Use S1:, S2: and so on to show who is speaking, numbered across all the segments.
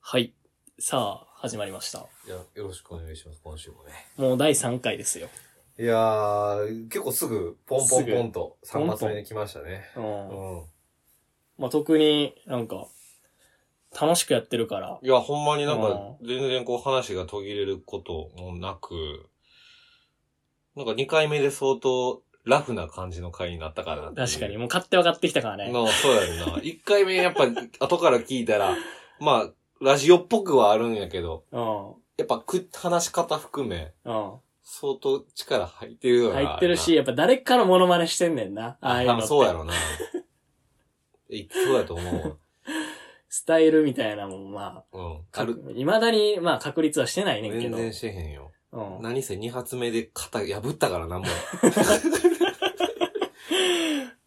S1: はい。さあ、始まりました。
S2: いや、よろしくお願いします、今週もね。
S1: もう第3回ですよ。
S2: いやー、結構すぐ、ポンポンポンと、
S1: すぐ
S2: 3発目に来ましたね。
S1: う。
S2: うんん。
S1: まあ、特になんか、楽しくやってるから、
S2: いや、ほんまになんか
S1: う、
S2: 全然こう話が途切れることもなく、なんか2回目で相当ラフな感じの回になったからなっていう
S1: 確かに。もう買って分かってきたからね。
S2: の、そうやんな。1回目やっぱ、 後から聞いたら、まあ、ラジオっぽくはあるんやけど、
S1: うん。
S2: やっぱく、話し方含め、
S1: う
S2: 相当力入ってるよ
S1: ん。
S2: な。
S1: 入ってるし、やっぱ誰かのモノマネしてんねんな。ああいうのっ
S2: 多
S1: て。
S2: 分そうやろな。えそうやと思うわ。
S1: スタイルみたいなもん、ま
S2: うん。
S1: あ、
S2: 軽く
S1: 未だに、まあ、確立はしてないねんけ
S2: 全
S1: ど。
S2: 然してへんよ。
S1: うん。
S2: 何せ2発目で肩破ったからな、もう。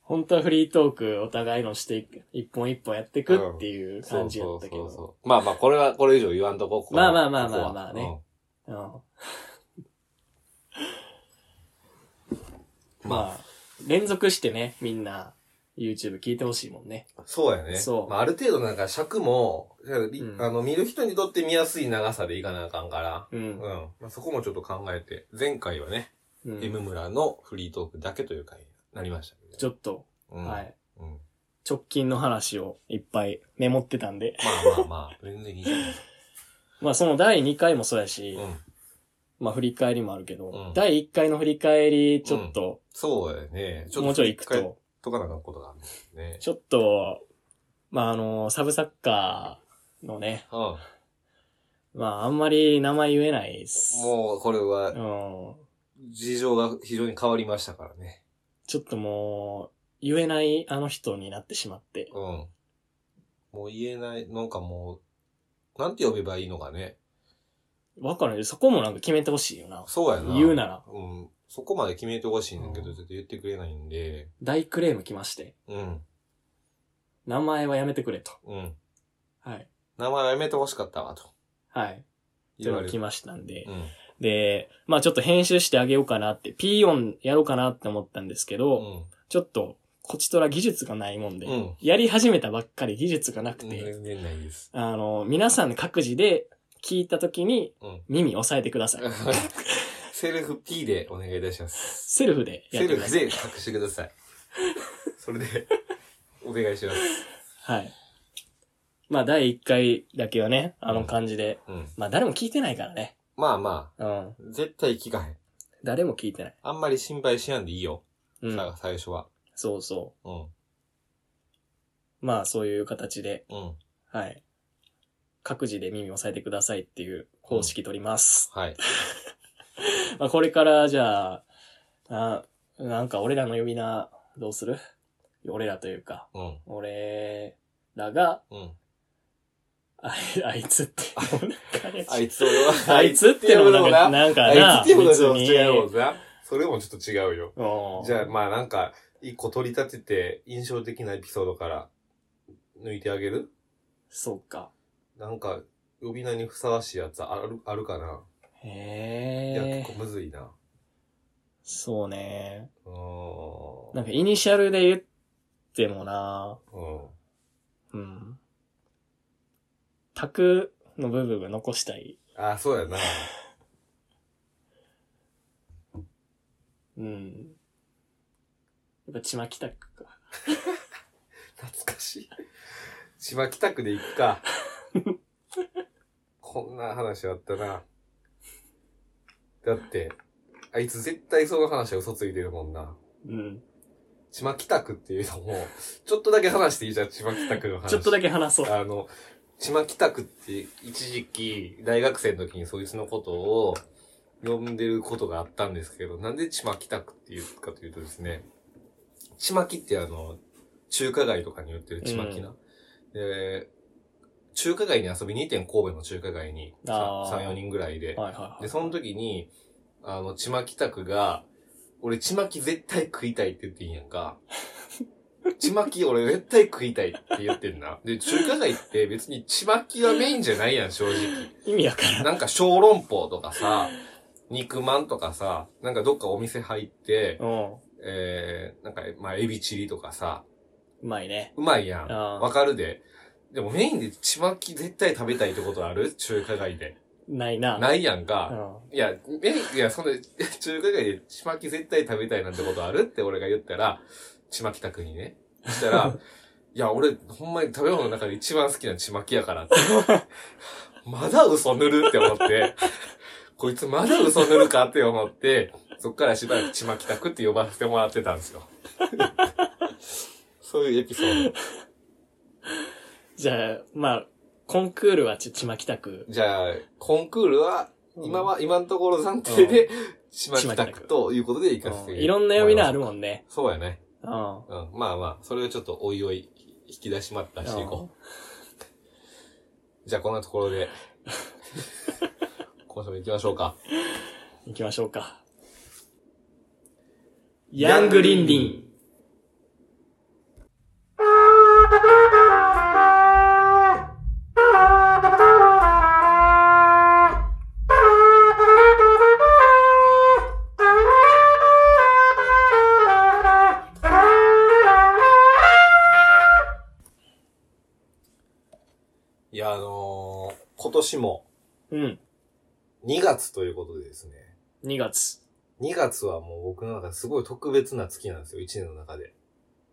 S1: 本当はフリートークお互いのしていく、一本一本やっていくっていう感じやったけ
S2: そうそ
S1: ど。
S2: うそう。まあまあ、これは、これ以上言わんとこ。ここは
S1: まあまあまあまあまあね。
S2: ここは
S1: うん。
S2: うんま
S1: まあ、連続してね、みんな、YouTube 聞いてほしいもんね。
S2: あ、そうやね。
S1: そう
S2: まあ、ある程度なんか尺も、だからり
S1: うん
S2: あの、見る人にとって見やすい長さでいかなあかんから。
S1: う
S2: うん。
S1: ん。
S2: まあ、そこもちょっと考えて、前回はね、
S1: う
S2: M
S1: ん、
S2: 村のフリートークだけという回になりましたけど。
S1: ちょっと、
S2: うん
S1: はい。
S2: うん。
S1: 直近の話をいっぱいメモってたんで。
S2: まあまあまあ、全然いいじゃないですか。
S1: まあその第2回もそうやし、
S2: うん。
S1: まあ振り返りもあるけど、
S2: うん
S1: 第1回の振り返り、ちょっと、
S2: そうやね。
S1: もうちょい行く
S2: 一回
S1: と、
S2: とかなんかんことがあるんですね。
S1: ちょっと、まああの、サブサッカーのね、
S2: うん。
S1: まああんまり名前言えないっす。
S2: もう、これ
S1: う
S2: は
S1: ん、、ち
S2: 事情が非常に変わりましたからね。
S1: ょっともう、言えないあの人になってしまって。
S2: うん。もう言えない、なんかもう、なんて呼べばいいのかね。
S1: わかるよ。そこもなんか決めてほしいよな。
S2: そうやな。
S1: 言うなら、
S2: うん。そこまで決めてほしいんだけど、
S1: うん
S2: ちょっと言ってくれないんで、
S1: 大クレーム来まして。
S2: うん。
S1: 名前はやめてくれと。
S2: うん。
S1: はい。
S2: 名前はやめてほしかったわ、と
S1: はい。ってい
S2: 言
S1: うの
S2: わ
S1: が
S2: れ
S1: 来
S2: る。
S1: ましたんで
S2: う。ん。
S1: で、まあちょっと編集してあげようかなって、P 音やろうかなって思ったんですけ
S2: う
S1: ど、
S2: ん。
S1: ちょっと、こちとら技術がないもんで、
S2: うん
S1: やり始めたばっかり技術がなくて、
S2: 全然ない です。
S1: あの、皆さん各自で聞いた時に
S2: うん。
S1: 耳押さえてください。
S2: セルフ P でお願いいたします。
S1: セルフでやって
S2: セル
S1: くだ
S2: フ
S1: さい。
S2: で隠してください。それで、お願いします。
S1: はい。まあ第1回だけはね、あの感じで、
S2: うん。
S1: まあ誰も聞いてないからね。
S2: まあま
S1: うん。
S2: あ、絶対聞かへん。
S1: 誰も聞いてない。
S2: あんまり心配しやんでいいよ。
S1: うん。
S2: さ最初は。
S1: そうそ
S2: うん。
S1: う。まあそういう形で、
S2: うん。
S1: はい。各自で耳を押さえてくださいっていう公式取ります。
S2: はい。
S1: まあこれからじゃあ、ななんか俺らの呼び名どうする俺らというか、
S2: うん。
S1: 俺らが、
S2: うん。
S1: ああいつって。
S2: あいつ俺は、
S1: あいつってのもなんか、
S2: な。
S1: なんかな、
S2: あいつっていうのはちょっと
S1: 別に
S2: 違うもんな。それもちょっと違うよ。
S1: うん
S2: じゃあ、まあなんか、一個取り立てて、印象的なエピソードから、抜いてあげる
S1: そうか。
S2: なんか、呼び名にふさわしいやつある、あるかな、
S1: へ
S2: いや、
S1: え
S2: 結。構むずいな。
S1: そうね。
S2: う
S1: な
S2: ー
S1: んかイニシャルで言ってもな、
S2: ん。うん。
S1: うん。タクの部分が残したい。
S2: あ、そうやな。
S1: うん。やっぱちまきタクか。
S2: 懐かしい。千葉北区で行く か。こんな話あったな。だって、あいつ絶対その話は嘘ついてるもんな。
S1: うん。
S2: 千葉北区っていうのも、ちょっとだけ話していいじゃん、千葉北区の話。
S1: ちょっとだ
S2: け。
S1: け話そう。
S2: あの、千葉北区って一時期、大学生の時にそいつのことを呼んでることがあったんですけど、なんで千葉北区っていうかというとですね、ちまきってあの、中華街とかに売ってるちまきな。で、中華街に遊びに行ってん、神戸の中華街に。
S1: あー
S2: 3、4人ぐらいで。
S1: はいはい
S2: で、
S1: はい。
S2: その時に、あの、ちまきたくが、俺、ちまき絶対食いたいって言ってんや んか。ちまき俺絶対食いたいって言ってんな。で、中華街って別にちまきはメインじゃないやん、正直。
S1: 意味やからん。
S2: なんか小籠包とかさ、肉まんとかさ、なんかどっかお店入って、
S1: うん。
S2: えー、なんか、まあ、エビチリとかさ、
S1: うまいね。
S2: うまいやん。
S1: あー
S2: わかるで。でもメインでちまき絶対食べたいってことある中華街で。
S1: ないな。
S2: ないやん
S1: う
S2: か。
S1: ん。
S2: いや、メイン、いや、そんな、 中華街でちまき絶対食べたいなんてことあるって俺が言ったら、ちまきたくにね。そし たら、いや、俺、ほんまに食べ物の中で一番好きなちまきやからって。 まだ嘘塗るって思って、こいつまだ嘘塗るかって思って、そっからしばらくちまきたくって呼ばせてもらってたんですよ。 そういうエピソード。
S1: じゃあ、まあ、コンクールはち、ちまきたく。
S2: じゃあ、コンクールは、
S1: うん
S2: 今は、今のところ暫定で、しまきたくということでいかせ
S1: う
S2: て
S1: んいろんな呼び名ある
S2: ん。
S1: もんね。
S2: そうやね。
S1: うん。
S2: うん。まあまあ、それをちょっとおいおい、引き出しまったしていこう。じゃあ、こんなところ で、今週も行きましょうか。
S1: 行きましょうか。ヤングリンリン。
S2: いや、あのー、今年も
S1: うん。
S2: 2月ということでですね。
S1: 2月。
S2: 2月はもう僕の中ですごい特別な月なんですよ、1年の中で。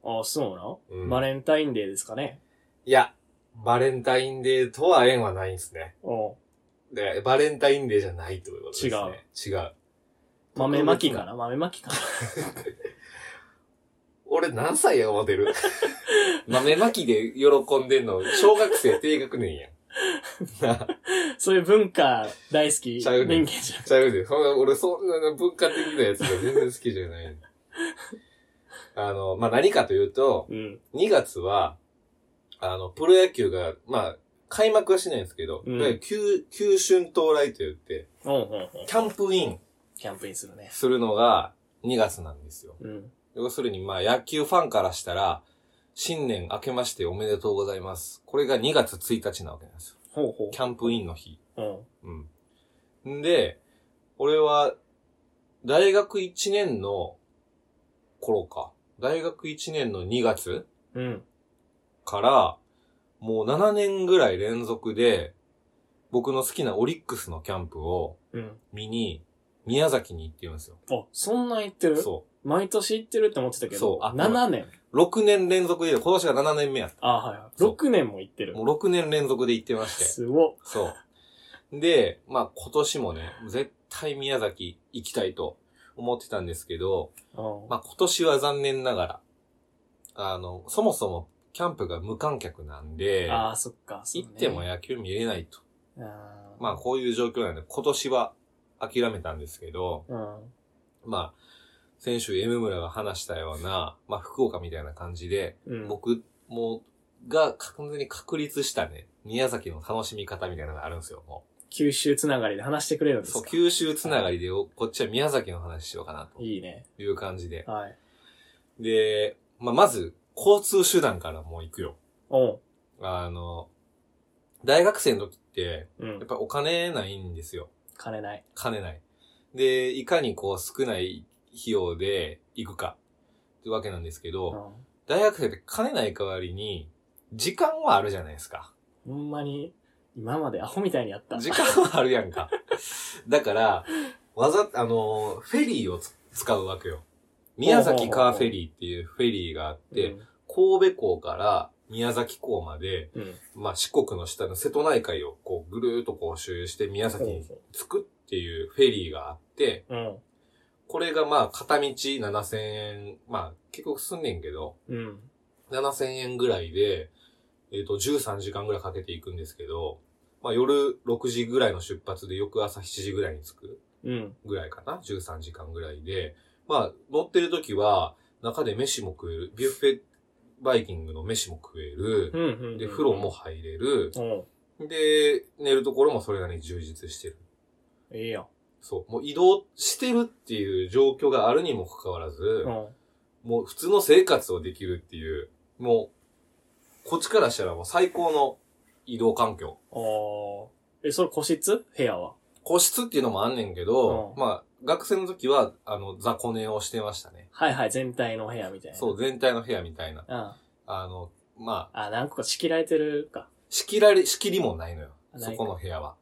S1: ああ、そうなの、
S2: うん
S1: バレンタインデーですかね。
S2: いや、バレンタインデーとは縁はないんですね。
S1: おう
S2: で、バレンタインデーじゃないということですね。違う。違う。
S1: 豆まきかな豆まきかな
S2: 俺何歳や思っ てる豆まきで喜んでんの、小学生低学年やん。
S1: そういう文化大好き
S2: ちゃうね
S1: 人
S2: ん
S1: 間じゃん。
S2: ちゃうで、そんな、俺そんな文化的なやつが全然好きじゃない。あの、まあ、何かというと、
S1: うん。
S2: 2月は、あの、プロ野球が、まあ、開幕はしないんですけど、
S1: うん
S2: いわゆる急、急春到来と言って、
S1: おうおうおう
S2: キャンプイン
S1: キャンプインするね。
S2: するのが2月なんですよ。
S1: うん。
S2: 要するに、まあ、野球ファンからしたら、新年明けましておめでとうございます。これが2月1日なわけなんですよ。
S1: ほうほ
S2: キャンプインの日。
S1: う。うん。
S2: うん。んで、俺は、大学1年の頃か。大学1年の2月
S1: うん。
S2: から、もう7年ぐらい連続で、僕の好きなオリックスのキャンプを
S1: うん。
S2: 見に、宮崎に行ってるんですよ。
S1: あ、そんな言ってる
S2: そ
S1: 毎年行ってるって思ってたけど。
S2: そうあ
S1: 7年。
S2: う。6年連続で、今年が7年目やった。
S1: あはいはい。
S2: そう
S1: 6年も行ってる。
S2: もう6年連続で行ってまして。
S1: すごっ。
S2: そう。で、まあ今年もね、絶対宮崎行きたいと思ってたんですけど、
S1: うん。
S2: まあ今年は残念ながら、あの、そもそもキャンプが無観客なんで、
S1: ああ、そっか。そう
S2: 行
S1: ね
S2: っても野球見れないと。
S1: あー
S2: まあこういう状況なんで今年は諦めたんですけど、
S1: うん。
S2: まあ、先週 M 村が話したような、まあ福岡みたいな感じで、
S1: うん。
S2: 僕も、が完全に確立したね、宮崎の楽しみ方みたいなのがあるんですよ、もう。
S1: 九州つながりで話してくれるんですか
S2: そう、九州つながりで、おこっちは宮崎の話しようかな、と
S1: いいね。
S2: いう感じで。
S1: はい。
S2: で、まあ、まず、交通手段からもう行くよ。
S1: おう。
S2: あの、大学生の時って、
S1: う
S2: やっ
S1: ん。
S2: ぱお金ないんですよ。
S1: 金ない。
S2: 金ない。で、いかにこう少ない費用で行くか、ってわけなんですけ
S1: う
S2: ど、
S1: ん。
S2: 大学生って金ない代わりに、時間はあるじゃないですか。
S1: ほんまに、今までアホみたいにやった。
S2: 時間はあるやん か。だから、わざ、あのー、フェリーをつ使うわけよ。宮崎カーフェリーっていうフェリーがあって、神戸港から宮崎港まで、
S1: うん、うん。
S2: まあ、四国の下の瀬戸内海をこうぐるーっとこう周遊して宮崎に着くっていうフェリーがあって、
S1: うん。
S2: これがまあ、片道7000円、まあ、結構すんねんけど、
S1: うん。
S2: 7000円ぐらいで、えっ、と、13時間ぐらいかけていくんですけど、まあ夜6時ぐらいの出発で翌朝7時ぐらいに着く
S1: うん。
S2: ぐらいかな ?13 時間ぐらいで、まあ乗ってる時は中で飯も食える、ビュッフェバイキングの飯も食え
S1: う
S2: る、
S1: ん。うん。
S2: で、風呂も。入れる、
S1: おう。
S2: で、寝るところもそれなりに充実してる。
S1: いいやん。
S2: そう。もう移動してるっていう状況があるにもかかわらず、
S1: うん。
S2: もう普通の生活をできるっていう、もう、こっちからしたらもう最高の移動環境。
S1: おーえ、それ個室部屋は。
S2: 個室っていうのもあんねんけど、
S1: うん
S2: まあ、学生の時は、あの、雑魚寝をしてましたね。
S1: はいはい、全体の部屋みたいな。。
S2: そうう、全体の部屋みたいな。
S1: うん。
S2: あの、まあ、
S1: あ、何個か仕切られてるか。
S2: 仕切られ、仕切りもないのよ。
S1: あない
S2: そ
S1: か
S2: この部屋は。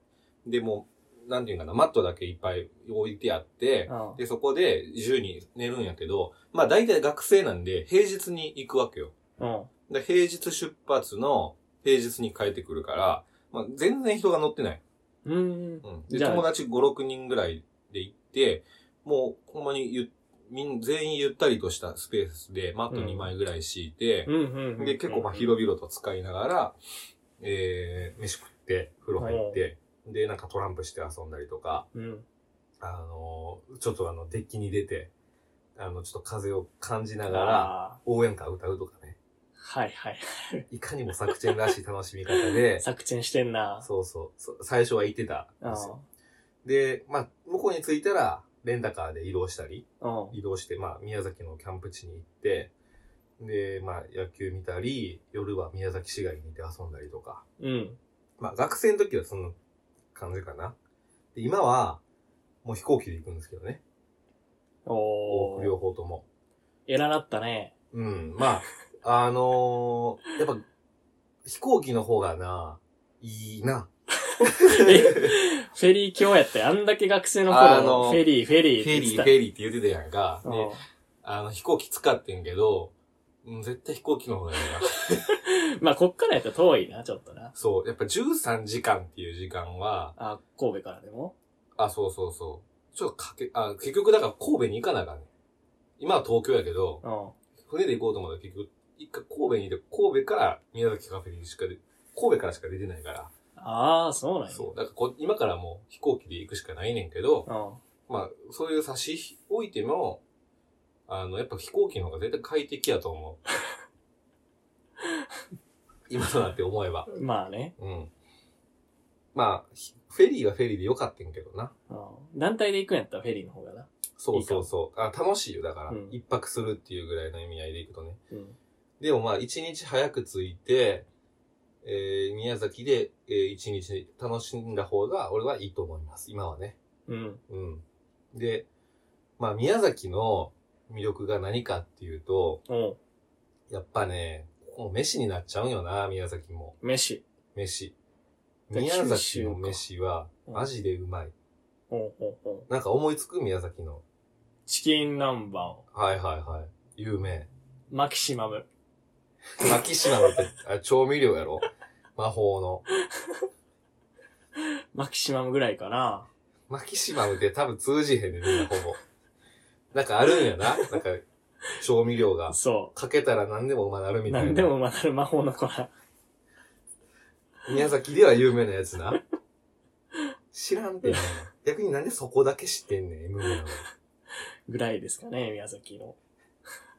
S2: で、もう、なんていうかな、マットだけいっぱい置いてあって、
S1: うん
S2: で、そこで自由に寝るんやけど、まあ大体学生なんで平日に行くわけよ。
S1: うん。
S2: で、平日出発の平日に帰ってくるから、まあ全然人が乗ってない。
S1: うーん。
S2: うん。で、
S1: じゃあ
S2: 友達5、6人ぐらいで行って、もうほんまにゆ、みん、全員ゆったりとしたスペースでマット2枚ぐらい敷いて、
S1: うんうんうん。
S2: で、結構まあ広々と使いながら、えー、飯食って、風呂入って、で、なんかトランプして遊んだりとか、
S1: うん。
S2: あのーちょっとあの、デッキに出て、あの、ちょっと風を感じながら、
S1: あ
S2: 応援歌歌うとかね。
S1: ーはいはい。
S2: いかにも作戦らしい楽しみ方 で、
S1: 作戦してんな。
S2: そうそうそ、最初は言ってたんですよ。で、まあ、向こうに着いたら、レンタカーで移動したり、
S1: うん。うん。
S2: 移動して、まあ、宮崎のキャンプ地に行って、で、まあ、野球見たり、夜は宮崎市街にいて遊んだりとか。
S1: うん。
S2: まあ学生の時はその感じかな。で今は、もう飛行機で行くんですけどね。
S1: おー。
S2: 両方とも。
S1: 偉なった ね。
S2: うん。まあ、あ のー、やっぱ、飛行機の方がな、いいな。
S1: フェリー卿やって、あんだけ学生の
S2: あ
S1: 頃、
S2: の
S1: フェリー、フェ
S2: フ
S1: リーって
S2: ェ
S1: 言っ
S2: リ
S1: て
S2: ー、
S1: た。
S2: フェリーって言ってたやんか。
S1: うん
S2: で、あの、飛行機使ってんけど、うん、絶対飛行機の方がいいな。
S1: まあ、こっからやったら遠いな、ちょっとな。
S2: そう。やっぱ13時間っていう時間は、
S1: あ、神戸からでも
S2: あ、そうそうそう。ちょっとかけ、あ、結局だから神戸に行かなあかんねん。今は東京やけど、
S1: う
S2: 船で行こうと思ったら結局、一回神戸にいて、神戸から宮崎カフェにしか出、神戸からしか出てないから、
S1: ん。ああ、そうなんや。
S2: そう、だからこ今からもう飛行機で行くしかないねんけど、
S1: う
S2: まあ、そういう差し置いても、あの、やっぱ飛行機の方が絶対快適やと思 う。今となって思えば。
S1: ん。まあね。
S2: うん。まあ、ひフェリーはフェリーでよかったんけどな。
S1: うん。団体で行くんやったらフェリーの方がな。
S2: そうそうそう。あ楽しいよ、だから。
S1: うん
S2: 一泊するっていうぐらいの意味合いで行くとね。
S1: うん。
S2: でもまあ、一日早く着いて、えー、宮崎で、えー、一日楽しんだ方が、俺はいいと思います。今はね。
S1: うん。
S2: うん。で、まあ、宮崎の魅力が何かっていうと、
S1: おう
S2: やっぱね、ここも飯になっちゃうんよな、宮崎も。
S1: 飯。
S2: 飯。
S1: で
S2: 宮
S1: 九
S2: 崎
S1: 州
S2: の
S1: か
S2: 飯は、
S1: うん
S2: マジでうまい。
S1: おうおうおう
S2: なんか思いつく宮崎の。
S1: チキン南蛮。
S2: はいはいはい。有名。
S1: マキシマム。
S2: マキシマ ムって、あれ調味料やろ魔法の。
S1: マキシマムぐらいかな。
S2: マキシマムって多分通じへんねん、みんなほぼ。なんかあるんやな。なんか、調味料が。
S1: そ
S2: かけたら何でもうまなる
S1: う。
S2: みたいな。
S1: なんでもまなる魔法の粉。
S2: 宮崎では有名なやつな。知らんてな。逆になんでそこだけ知ってんねん、M なの。い
S1: ぐらいですかね、宮崎の。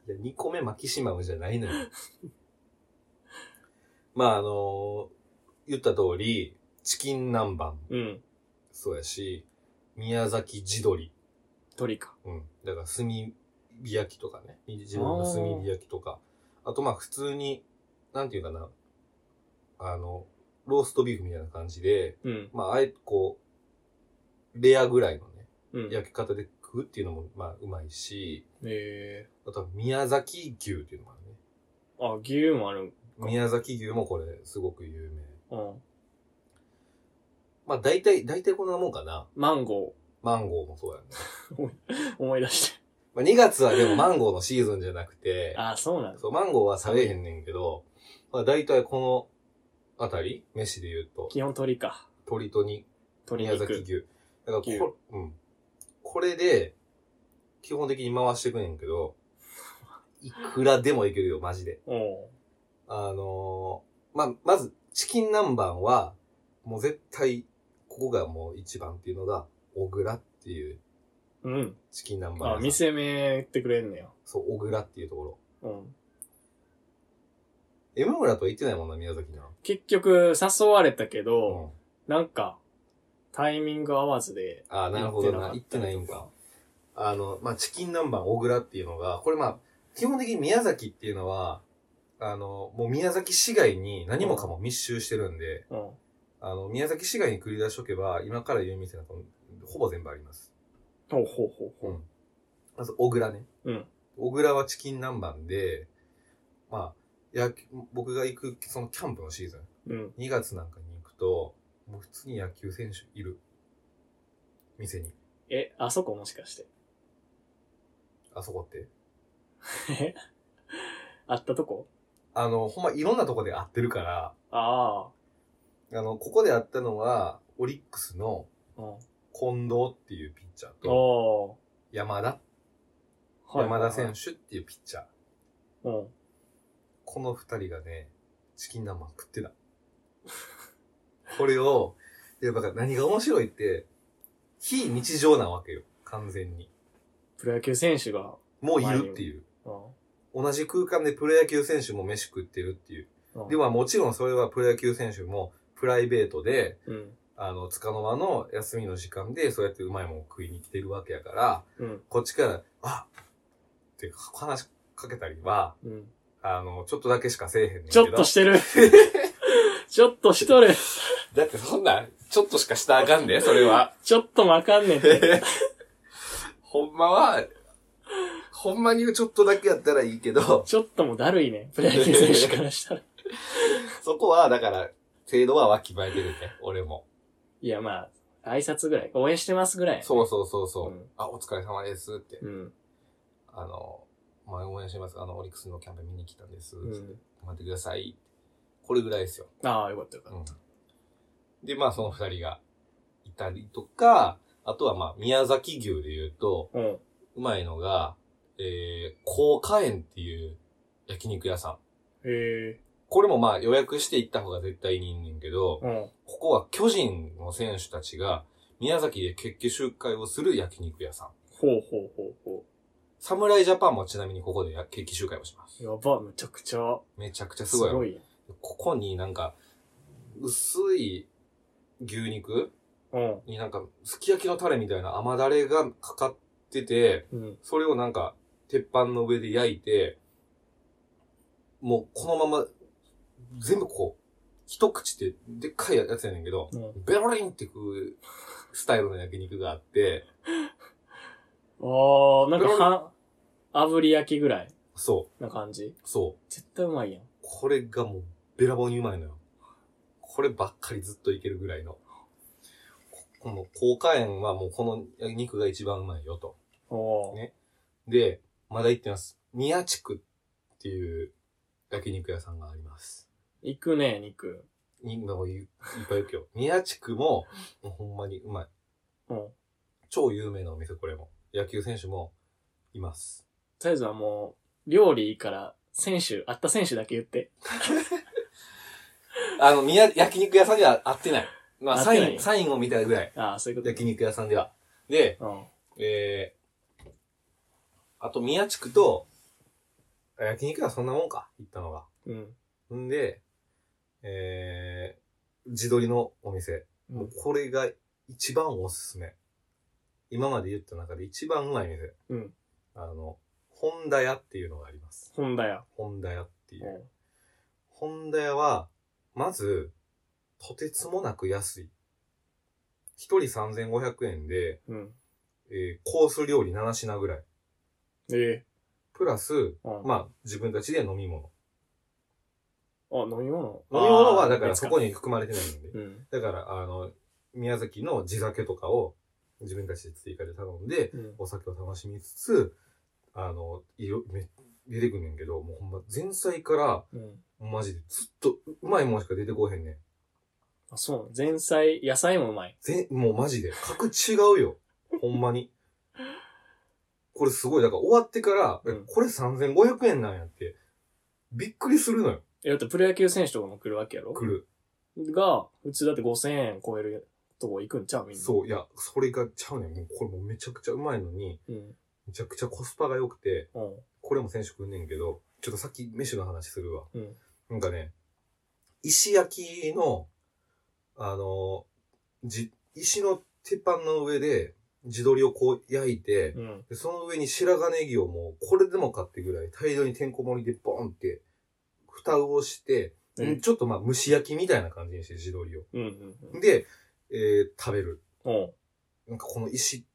S2: や、2個目マキシマムじゃないのよ。まあ、あのー言った通り、チキン南蛮、
S1: うん。
S2: そうやし、宮崎地鶏。
S1: 鳥か。
S2: うん。だから炭火焼きとかね。自分の炭火焼きとか。あとまあ普通に、なんていうかな。あの、ローストビーフみたいな感じで、
S1: うん。
S2: まああえてこう、レアぐらいのね、
S1: うん。
S2: 焼き方で食うっていうのもまあうまいし、
S1: え
S2: あとは宮崎牛っていうのもある
S1: ー。
S2: ね。
S1: あ、牛もある。
S2: 宮崎牛もこれすごく有名。
S1: うん。
S2: まあ大体、大体こんなもんかな。
S1: マンゴ
S2: マンゴーもそうやね。
S1: ー。思い出し
S2: まあ2月はでもマンゴーのシーズンじゃなくて
S1: て。、あ、そうなんだ。
S2: そう、マンゴーは食べへんねんけど、まあ大体このあたり、飯で言うと、
S1: 基本鳥か。
S2: 鶏とに、
S1: 鳥
S2: 宮崎
S1: 肉。
S2: 牛。だからこ、うん。これで、基本的に回してくんねんけど、いくらでもいけるよ、マジで。
S1: おう
S2: あのー、まあ、まず、チキン南蛮は、もう絶対、ここがもう一番っていうのが、小倉っていう
S1: うん。
S2: チキン南蛮屋
S1: あ
S2: さ、ん。
S1: 店名言ってくれんのよ。
S2: そう、小倉っていうところ。
S1: うん。
S2: M 村とは行ってないもんな、宮崎な。
S1: 結局、誘われたけ
S2: う
S1: ど、
S2: ん。
S1: なんか、タイミング合わずで、
S2: ああ、なるほど
S1: 行
S2: な。行
S1: っ
S2: ってて
S1: なかった
S2: な
S1: り
S2: い
S1: とか
S2: んか。あの、まあ、チキン南蛮小倉っていうのが、これまあ、基本的に宮崎っていうのは、あの、もう宮崎市街に何もかも密集してるんで、
S1: うん。
S2: あの、宮崎市街に繰り出しとけば、今から言う店なんかほぼ全部あります。
S1: ほうほうほうほう。
S2: まず、小倉ね。
S1: うん。
S2: 小倉はチキン南蛮で、まあ、や、僕が行く、そのキャンプのシーズン。
S1: うん。
S2: 2月なんかに行くと、もう普通に野球選手いる。店に。
S1: え、あそこもしかして。
S2: あそこって。
S1: え あったとこ
S2: あの、ほんまいろんなとこで会ってるから、
S1: あ
S2: あの、ここで会ったのは、オリックスの
S1: あ。うん。
S2: 近藤っていうピッチャーと、
S1: お
S2: 山田、
S1: ー。はい
S2: 山田選。手っていうピッチャー。
S1: うん。
S2: この二人がね、チキン南蛮食ってた。これを、いや、だから何が面白いって、非日常なわけよ。完全に。
S1: プロ野球選手が。
S2: もういるっていう。
S1: う
S2: 同じ空間でプロ野球選手も飯食ってるっていう。
S1: ん。うん
S2: で、、まあもちろんそれはプロ野球選手もプライベートで、
S1: うん。
S2: あの、つかの間の休みの時間でそうやってうまいもん食いに来てるわけやから、
S1: うん。
S2: こっちから、あって話しかけたりは、
S1: うん。
S2: あの、ちょっとだけしかせえへんねんけど。
S1: ちょっとして る。ちょっとしとる。
S2: だってそんな、ちょっとしかしたらあか んで、それは。
S1: ちょっともあかんねんて。
S2: ほんまは、ほんまにちょっとだけやったらいいけど、
S1: ちょっともだるいね。プロ野球選手からしたら。
S2: そこは、だから、程度はわきまえてるね、俺も。
S1: いや、まあ、挨拶ぐらい。応援してますぐらい。
S2: そうそうそうそ
S1: う
S2: う。
S1: ん
S2: あ、お疲れ様ですって。
S1: うん。
S2: あの、まあ、応援してます。あの、オリックスのキャンプ見に来たんです。
S1: うん。
S2: 待ってください。これぐらいですよ。
S1: ああ、よかったよかった。
S2: うん。で、まあ、その二人がいたりとか、あとはまあ、宮崎牛で言うと、
S1: うん。
S2: うまいのが、えー、高果園っていう焼肉屋さん。
S1: へえ。
S2: これもまあ予約して行った方が絶対にいいねんけど、
S1: うん。
S2: ここは巨人の選手たちが宮崎で決起集会をする焼肉屋さん。
S1: ほうほうほうほ
S2: 侍ジャパンもちなみにここでや決起集会をします
S1: う。。やば、むちゃくちゃ。
S2: めちゃくちゃすごいよ。
S1: いや
S2: ここになんか、薄い牛肉
S1: うん。
S2: になんか、すき焼きのタレみたいな甘だれがかかってて、
S1: うん。
S2: それをなんか、鉄板の上で焼いて、もうこのまま、全部こう、一口で、でっかいやつやねんけど、
S1: うん。
S2: ベロリンって食うスタイルの焼肉があって、
S1: ああ、なんかは、炙り焼きぐらい
S2: そ
S1: な感じ
S2: う、。そう。
S1: 絶対うまいやん。
S2: これがもう、べらぼうにうまいのよ。こればっかりずっといけるぐらいの。ここの、高果園はもうこの焼肉が一番うまいよと。
S1: おー
S2: ねで、まだ行ってます。宮地区っていう焼肉屋さんがあります。
S1: 行くね、肉。
S2: みんなもいいっぱい行くよ。宮地区も、もうほんまにうまい。
S1: うん。と
S2: 超有名なお店、これも。野球選手も、います。
S1: りあえずはもう、料理から、選手、あった選手だけ言って。
S2: あの、宮、焼肉屋さんでは会ってない。まあ、
S1: 会っ
S2: サ
S1: てない
S2: イン、サインを見たぐらい。
S1: ああ、そういうこと。
S2: 焼肉屋さんでは。で、
S1: うん。
S2: えー、あと宮地区と、あ焼肉屋そんなもんか、行ったのが。
S1: うん。
S2: んで、えー、自撮りのお店。
S1: う。
S2: もうんこれが一番おすすめ。今まで言った中で一番うまい店。
S1: うん。
S2: あの、本田屋っていうのがあります。
S1: 本だよ。
S2: 本田屋っていう。
S1: う
S2: 本田屋は、まず、とてつもなく安い。一人3500円で、
S1: ん。うん。
S2: えーコース料理7品ぐらい。
S1: ええ。
S2: プラス、
S1: うん。
S2: まあ、自分たちで飲み物。
S1: あ、飲み物
S2: 飲み物は、だから
S1: あー
S2: そこに含まれてないので。
S1: うん。
S2: だから、あの、宮崎の地酒とかを自分たちで追加で頼んで、
S1: うん。
S2: お酒を楽しみつつ、あの、いろ、め、出てくんねんけど、もうほんま、前菜から、
S1: うん。
S2: マジでずっと、ううまいもんしか出てこうへんねん。
S1: あ、そう。前菜、野菜もうまい。
S2: 全、もうマジで、格違うよ。ほんまに。これすごい、だから終わってから、
S1: うん
S2: えこれ3500円なんやって、びっくりするのよ、
S1: え、だってプロ野球選手とかも来るわけやろ
S2: 来る。
S1: が、普通だって5000円超えるとこ行くんちゃうみんな。
S2: そう、いや、それがちゃうねん。もうこれもうめちゃくちゃうまいのに、
S1: う。うん。
S2: めちゃくちゃコスパが良くて、
S1: うん。
S2: これも選手くんねんけど、ちょっとさっき飯の話するわ。
S1: うん。
S2: なんかね、石焼きの、あの、じ、石の鉄板の上で、地鶏をこう焼いて、
S1: うん。
S2: でその上に白髪ネギをもう、これでもかってぐらい、大量にてんこ盛りでボーンって、蓋をして、
S1: うん
S2: んちょっとまあ蒸し焼きみたいな感じにして、地鶏を。
S1: うん。うん。
S2: で、えー食べる。
S1: うん。
S2: なんかこの石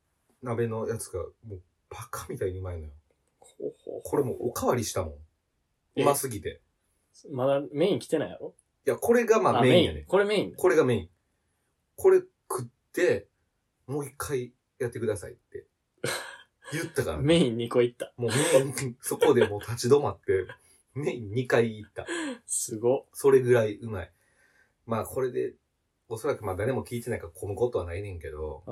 S2: 鍋のやつが、もう、バカみたいにうまいのよ。
S1: ほうほう
S2: これもうおかわりしたもん。
S1: え
S2: うますぎて。
S1: まだメイン来てないやろ
S2: いや、これがまあメインやね。
S1: これメイン。
S2: これがメイン。これ食って、もう一回やってくださいって。言った から、
S1: メイン2個いった。
S2: もうメイン、そこでもう立ち止まって、メイン2回行った。
S1: すご。
S2: それぐらいうまい。まあこれで、おそらくまあ誰も聞いてないから混むことはないねんけど、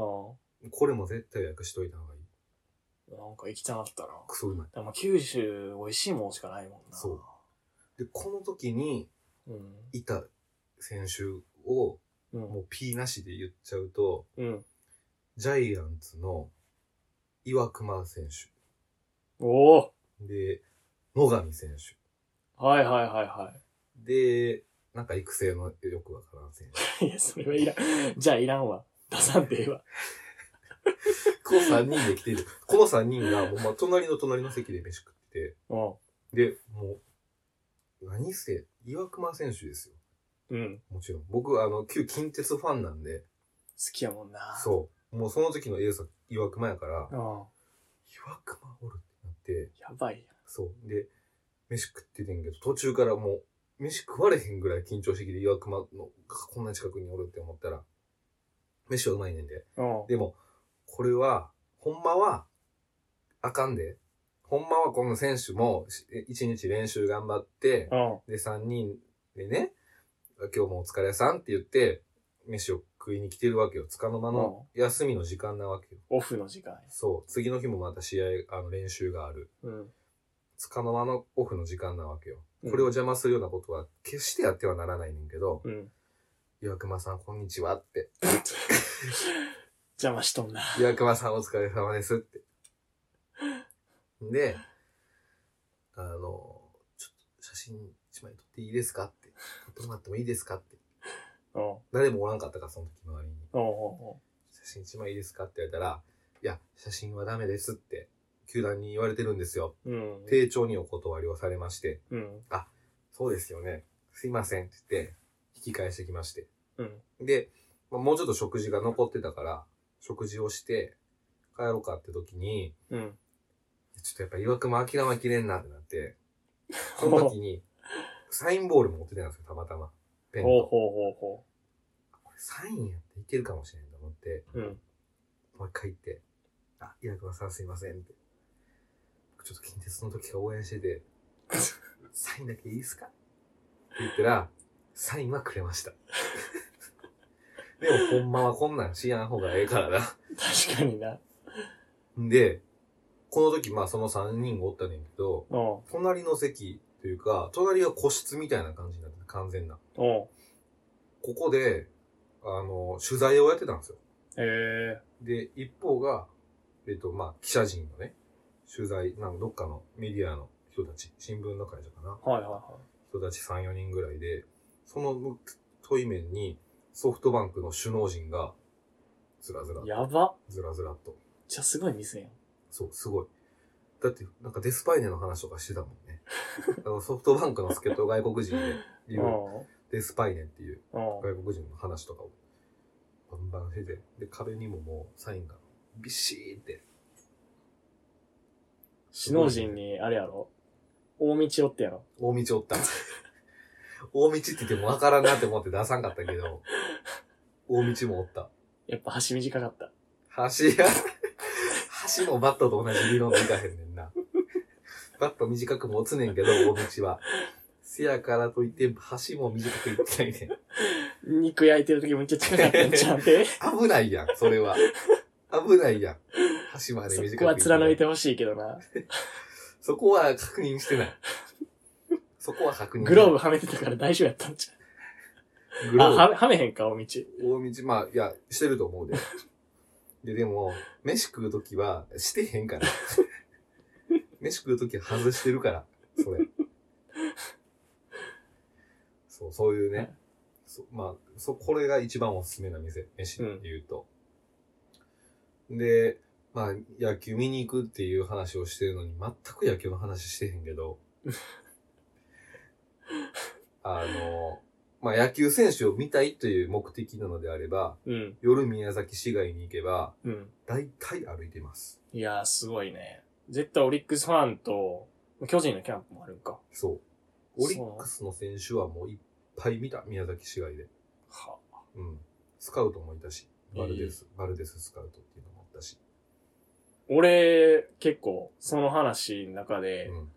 S1: ああ。
S2: これも絶対予約しといた方がいい。
S1: なんか行きたかったな。
S2: クソうまい。
S1: でも九州美味しいもんしかないもんな。
S2: そで、この時に
S1: う。
S2: いた選手を
S1: うん。う
S2: も
S1: ん。
S2: う P なしで言っちゃうと、
S1: うん。
S2: ジャイアンツの岩隈選
S1: おお
S2: 手。で、野上選手。
S1: はいはいはいは
S2: で、なんか育成のよくわからん選 手。
S1: い。いや、それはいらん。じゃあいらんわ。出さんでええわ。
S2: この3人で来てる。この3人が、もうまあ隣の隣の席で飯食って
S1: う
S2: て、で、もう、何せ、岩隈選手です
S1: ん。
S2: よ。
S1: うん。好
S2: もちろん。僕、あの、旧近鉄ファンなんで、
S1: きやもんな。
S2: そう。もうその時のエースは岩隈やから
S1: う。、ん。
S2: 岩隈おるってなって、
S1: やばいや。
S2: そう。で、飯食っててんけど、途中からもう、飯食われへんぐらい緊張してきて、岩隈の、こんな近くにおるって思ったら、飯はうまいねんで。
S1: うん。
S2: でも、これは、ほんまは、あかんで。ほんまはこの選手も、し一日練習頑張って
S1: う、ん。
S2: で、三人でね、今日もお疲れさんって言って、飯を食いに来てるわけよ。つかの間の休みの時間なわけよ。
S1: オフの時間や。
S2: そう。次の日もまた試合、あの、練習がある。
S1: うん。
S2: つかの間のオフの時間なわけよ。
S1: うん
S2: これを邪魔するようなことは、決してやってはならないねんけど、
S1: うん。
S2: 岩熊さん、こんにちはって。
S1: 邪魔しとんな。
S2: 岩熊さんお疲れ様ですって。で、あの、ちょっと写真一枚撮っていいですかって。撮ってもらってもいいですかって。
S1: うん。うん
S2: 誰もおらんかったから、その時周りに。
S1: うんうん。
S2: 写真一枚いいですかって言われたら、いや、写真はダメですって、球団に言われてるんですよ。
S1: うん。
S2: 丁重にお断りをされまして、
S1: うん。
S2: そうですよね。すいませんって言って、引き返してきまして。
S1: うん。
S2: で、まあ、もうちょっと食事が残ってたから、食事をして、帰ろうかって時に、
S1: うん。
S2: ちょっとやっぱ岩隈諦めきれんなってなって、その 時に、サインボール持ってたんですよ、たまたま。ペン
S1: ほう
S2: と。
S1: ほうほうほ
S2: サインやっていけるかもしれんと思って、
S1: う。うん。
S2: もう一回行って、あ、岩倉さんすいませんって。僕ちょっと近鉄の時から応援してて、 サインだけいいっすかって言ったら、サインはくれました。 でもほんまはこんなんしやん方がええからな。
S1: 確かにな。
S2: で、この時まあその3人がおったねんけど、
S1: うん。うん。
S2: 隣の席というか、隣は個室みたいな感じになってた、完全な。ここで、あの、取材をやってたんですよ。
S1: ええ
S2: で、一方が、えっと、まあ、記者陣のね、取材、なんかどっかのメディアの人たち、新聞の会社かな、
S1: はいはいは
S2: 人たち3、4人ぐらいで、その問い面にソフトバンクの首脳陣が、ずらずら
S1: い。、やば。
S2: ずらずらっと。
S1: じゃあすごい店やん。
S2: そう、すごい。だって、なんかデスパイネの話とかしてたもん ね。あのソフトバンクの助っ人外国人でいる、
S1: う。
S2: デスパイネっていうん
S1: うん。
S2: 外国人の話とかをバンバンしてて、で、壁にももうサインがビシーって。
S1: 首脳陣に、あれやろ大道おってやろ
S2: 大道おった。 大道って言ってもわからんなって思って出さんかったけ ど、大道もおった。
S1: やっぱ橋短かった。
S2: 橋や、橋もバットと同じ理論でいかへんねんな。バット短く持つねんけど、大道は。せやからといって、橋も短くいってないねん。
S1: 肉焼いてる時めっちゃ近かったんち ゃうんて
S2: 危ないやん、それは。危ないやん。橋まで
S1: そ
S2: 短く
S1: こは貫い
S2: て
S1: てほしいけどな。
S2: そこは確認してない。そこは確認
S1: グローブはめてたから大丈夫やったんちゃ
S2: ブ。
S1: う
S2: グ
S1: あ、
S2: ローブ
S1: はめ、はめへんか、大道。
S2: 大道、まあ、いや、してると思うで。で、でも、飯食うときは、してへんから。飯食うときは外してるから、それ。そう、そういう
S1: はい
S2: ね。そまあ、そ、これが一番おすすめな店、飯って言うと。で、まあ、野球見に行くっていう話をしてるのに、全く野球の話してへんけど、あの、まあ、野球選手を見たいという目的なのであれば、
S1: うん。
S2: 夜宮崎市街に行けば、
S1: うん。
S2: だいたい歩いてます。
S1: いやー、すごいね。絶対オリックスファンと、巨人のキャンプもあるんか。
S2: そう。オリックスの選手はもういっぱい見た、宮崎市街で。
S1: は
S2: うん。スカウトもいたし、バルデス、バルデススカウトっていうのもあったし。
S1: 俺、結構、その話の中で、
S2: うん。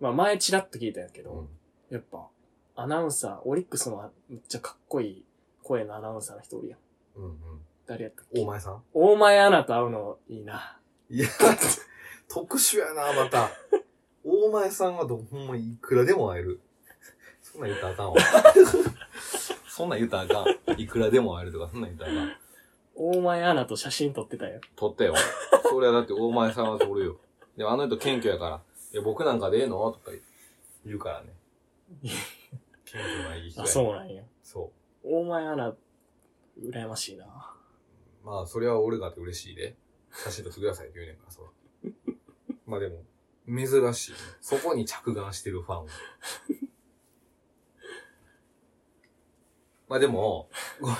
S1: まあ前チラッと聞いたんやけど、
S2: うん。
S1: やっぱ、アナウンサー、オリックスのめっちゃかっこいい声のアナウンサーの人おるやん。
S2: うんうん。
S1: 誰やったっけ
S2: 大前さん
S1: 大前アナと会うのいいな。
S2: いや、 特殊やな、また。大前さんはど、ほんまいくらでも会える。そんなん言ったらあ かんわ。そんなん言ったらあかん。いくらでも会えるとか、そんなん言ったらあかん。
S1: 大前アナと写真撮ってたよ。
S2: 撮ったよ。 それはだって大前さんは撮るよ。でもあの人謙虚やから、いや、僕なんかでええのとか言うか らね。謙虚ないい人
S1: あ、
S2: や。う。
S1: そうなんや。
S2: そ
S1: 大前アナ、羨ましいな。
S2: う。まあ、それは俺がって嬉しいで。写真撮ってくださいって言うねんから、そら。 まあでも、珍しいね。そこに着眼してるファンを。まあでも、ごめん。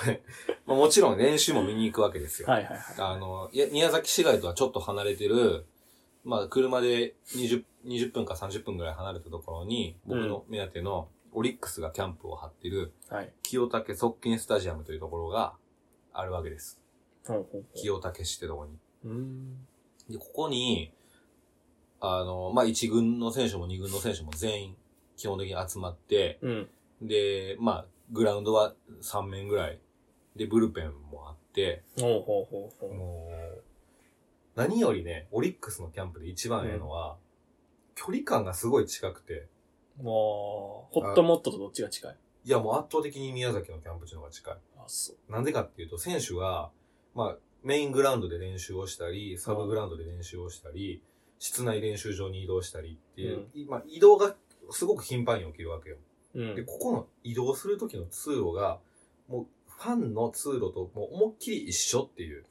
S2: まあもちろん練習も見に行くわけですよ。
S1: はいはいはい。
S2: あの、いや宮崎市街とはちょっと離れてる、まあ、車で20、20分か30分ぐらい離れたところに、僕の目当てのオリックスがキャンプを張ってる、
S1: はい。
S2: 清武側近スタジアムというところがあるわけです。
S1: ほうほう
S2: 清武市ってところに。
S1: ほう。うーん。
S2: で、ここに、あの、まあ、1軍の選手も2軍の選手も全員、基本的に集まって、
S1: うん。
S2: で、まあ、グラウンドは3面ぐらい、で、ブルペンもあって、
S1: ほうほうほうほう。
S2: もう、何よりね、オリックスのキャンプで一番ええのは、距離感がすごい近くて、
S1: もう、ホットモットとどっちが近い
S2: いやもう圧倒的に宮崎のキャンプ地の方が近い。
S1: あ、そう。
S2: なんでかっていうと、選手が、まあ、メイングラウンドで練習をしたり、サブグラウンドで練習をしたり、室内練習場に移動したりっていう、まあ移動がすごく頻繁に起きるわけよ。
S1: う
S2: で、
S1: ん。
S2: ここの移動する時の通路が、もうファンの通路ともう思いっきり一緒っていう。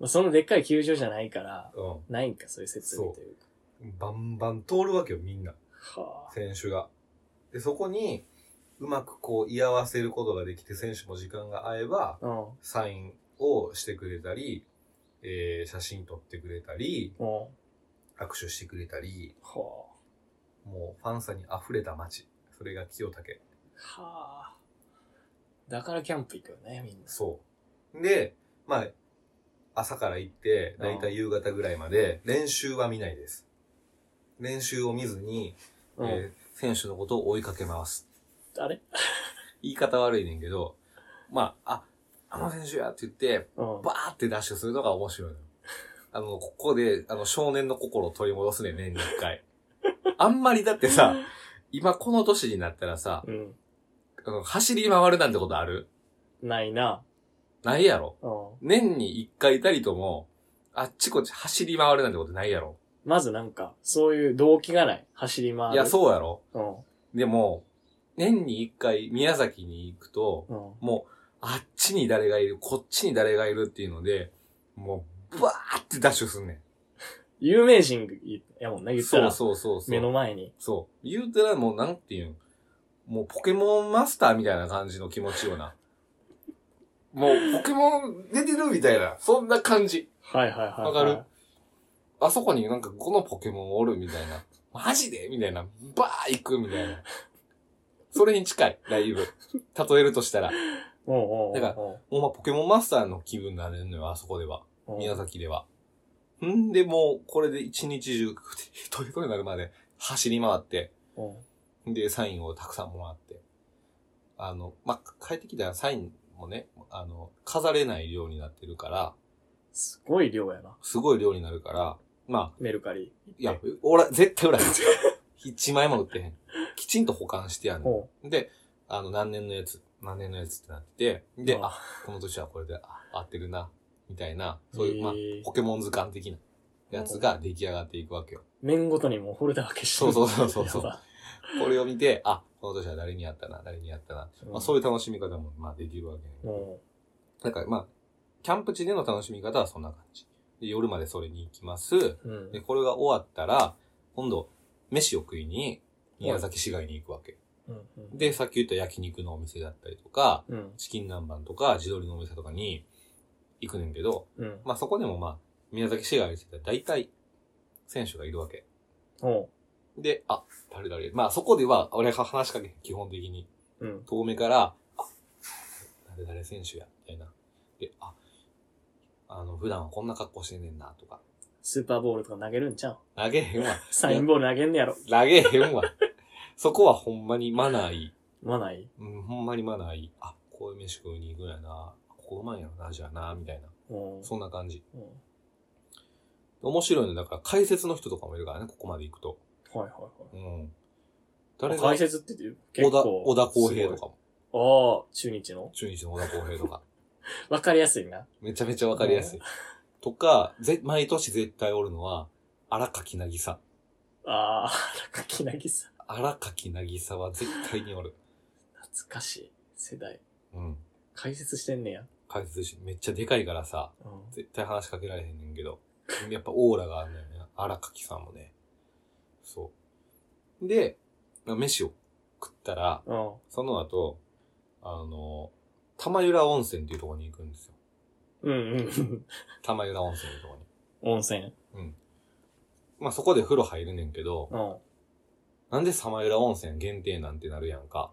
S1: まあ、そのでっかい球場じゃないから、
S2: うん。
S1: ないんか、そういう設備というか。
S2: バンバン通るわけよ、みんな。
S1: はあ。
S2: 選手が。で、そこに、うまくこう、居合わせることができて、選手も時間が合えば、
S1: うん。う
S2: サインをしてくれたり、えー、写真撮ってくれたり、
S1: ん。は
S2: 握手してくれたり、
S1: あ。は
S2: もうファンさに溢れた街。それが清武。
S1: あ。だからキャンプ行くよね、みんな。
S2: そう。で、まあ、朝から行って、だいたい夕方ぐらいまで、練習は見ないです。練習を見ずに、
S1: うん。
S2: えー選手のことを追いかけます。
S1: あれ
S2: 言い方悪いねんけど、まあ、あ、あの選手やって言って、
S1: うん。
S2: バーってダッシュするのが面白いのよ。あの、ここで、あの、少年の心を取り戻すねん、年に一回。 あんまりだってさ、今この年になったらさ、
S1: うん。
S2: あの走り回るなんてことある
S1: ないな。
S2: ないやろ。
S1: うん。
S2: 年に一回いたりとも、あっちこっち走り回るなんてことないやろ。
S1: まずなんか、そういう動機がない。走り回る。
S2: いや、そうやろ。
S1: うん。
S2: でも、年に一回宮崎に行くと、
S1: うん。
S2: もう、あっちに誰がいる、こっちに誰がいるっていうので、もう、ブワーってダッシュすんね
S1: 有名人やもんね、
S2: ん。
S1: 言った
S2: そ
S1: ら。
S2: うそうそうそう。
S1: 目の前に。
S2: そう。言うたらもう、なんていうん。もう、ポケモンマスターみたいな感じの気持ちよな。もう、ポケモン出てるみたいな、そんな感じ。
S1: はいはいはい、はい。
S2: わかるあそこになんかこのポケモンおるみたいな。マジでみたいな。バー行くみたいな。それに近い、だいぶ。例えるとしたら。
S1: おうおうおう
S2: だからもうまあ、ポケモンマスターの気分になれるのよ、あそこで
S1: う
S2: は。
S1: ん
S2: 宮崎では。んで、もう、これで一日中、 トイレになるまで走り回って、
S1: うん
S2: で、サインをたくさんもらって。あの、まあ、帰ってきたらサインもね、あの、飾れない量になってるから、
S1: すごい量やな。
S2: すごい量になるから、ま
S1: メルカリ。
S2: あ、いや、おら、絶対売らへん。一枚も売ってへん。きちんと保管してやんね。
S1: おうん
S2: で、あの、何年のやつ、何年のやつってなってて、で、
S1: うん
S2: あ、この年はこれで、あ合ってるな、みたいな、そういう、まあ
S1: へ、ー
S2: ポケモン図鑑的なやつが出来上がっていくわけよ。
S1: 面ごとにもうフォルダ分けしてる
S2: そうそうそうそう
S1: やば
S2: これを見て、あ、この年は誰にやったな、誰にやったな。
S1: う
S2: まあ、
S1: ん
S2: そういう楽しみ方も、まあ、できるわけね。
S1: うん。
S2: だから、まあ、キャンプ地での楽しみ方はそんな感じ。で夜までそれに行きます。
S1: うん
S2: で、これが終わったら、今度、飯を食いに、宮崎市街に行くわけ。
S1: うん。うん、
S2: で、さっき言った焼肉のお店だったりとか、
S1: うん。
S2: チキン南蛮とか、地鶏のお店とかに行くねんけど、
S1: うん。
S2: まあ、そこでもまあ、宮崎市街にしてたら大体、選手がいるわけ。
S1: おう
S2: で、あ、誰誰まあそこでは、俺が話しかけへん、基本的に。
S1: うん。
S2: 遠目から、あ、誰々選手や、みたいな。で、あ、あの、普段はこんな格好してんねんな、とか。
S1: スーパーボールとか投げるんちゃう
S2: 投げへ んわ。
S1: サインボール投げんねやろ。
S2: 投げへんわ。そこはほんまにマナーいい。
S1: まない
S2: うん、ほんまにマナーいい。あ、こういう飯食いに行くんやな。ここうまいんやろな、じゃあな、みたいな。
S1: うん。
S2: そんな感じ。
S1: うん。
S2: 面白いの、だから解説の人とかもいるからね、ここまで行くと。
S1: はいは
S2: うん。
S1: いは
S2: 誰
S1: い。
S2: が
S1: 解
S2: 小
S1: 説って言う
S2: 田、小田公平と。
S1: すごい
S2: かも。
S1: ああ、中日の
S2: 中日の小田公平とか。
S1: わかりやすいな。
S2: めちゃめちゃわかりやすい。とか、ぜ、毎年絶対おるのは、荒垣なぎさ。
S1: ああ、なんかきなぎさ。
S2: 荒垣なぎさは絶対におる。
S1: 懐かしい。世代。
S2: うん。
S1: 解説してんねや。
S2: 解説し、めっちゃでかいからさ、
S1: うん。
S2: 絶対話しかけられへんねんけど、やっぱオーラがあるんだよね。荒垣さんもね。そう。で、飯を食ったら、
S1: うん。
S2: その後、あの、玉浦温泉っていうところに行くんですよ。
S1: うんうん。
S2: 玉浦温泉っていうところに。
S1: 温泉。
S2: まあそこで風呂入るねんけど、
S1: うん。
S2: なんで玉浦温泉限定なんてなるやんか。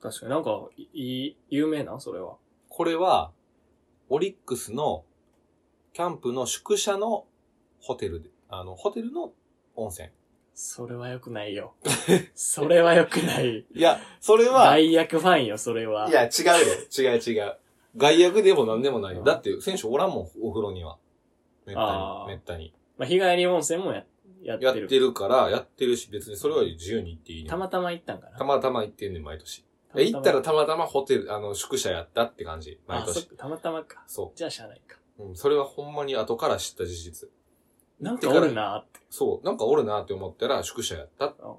S1: 確かになんか、いい、有名なそれは。
S2: これは、オリックスの、キャンプの宿舎のホテルで、あの、ホテルの温泉。
S1: それは良くない よ。それは良くない。
S2: いや、それは、い
S1: 大役ファンよ、それは。
S2: や、違うよ。違う違う。外役でも何でもないよ。
S1: うん
S2: だって、選手おらんもん、お風呂には。めった
S1: あー、
S2: にめったに。
S1: まあ、日帰り温泉もや、やって
S2: やっ
S1: る。
S2: てるから、やってるし、別にそれは自由に行っていいねん
S1: たまたま行ったんかな。
S2: たまたま行ってんねん、毎年。
S1: たま
S2: え行ったらたまたまホテル、あの、宿舎やったって感じ、毎
S1: あ、そっ
S2: 年。
S1: かたまたまか。
S2: そ
S1: じゃあしゃあないか。
S2: う。うん、それはほんまに後から知った事実。
S1: なんかおるなーって。
S2: そう、なんかおるなって思ったら宿舎やった。
S1: あ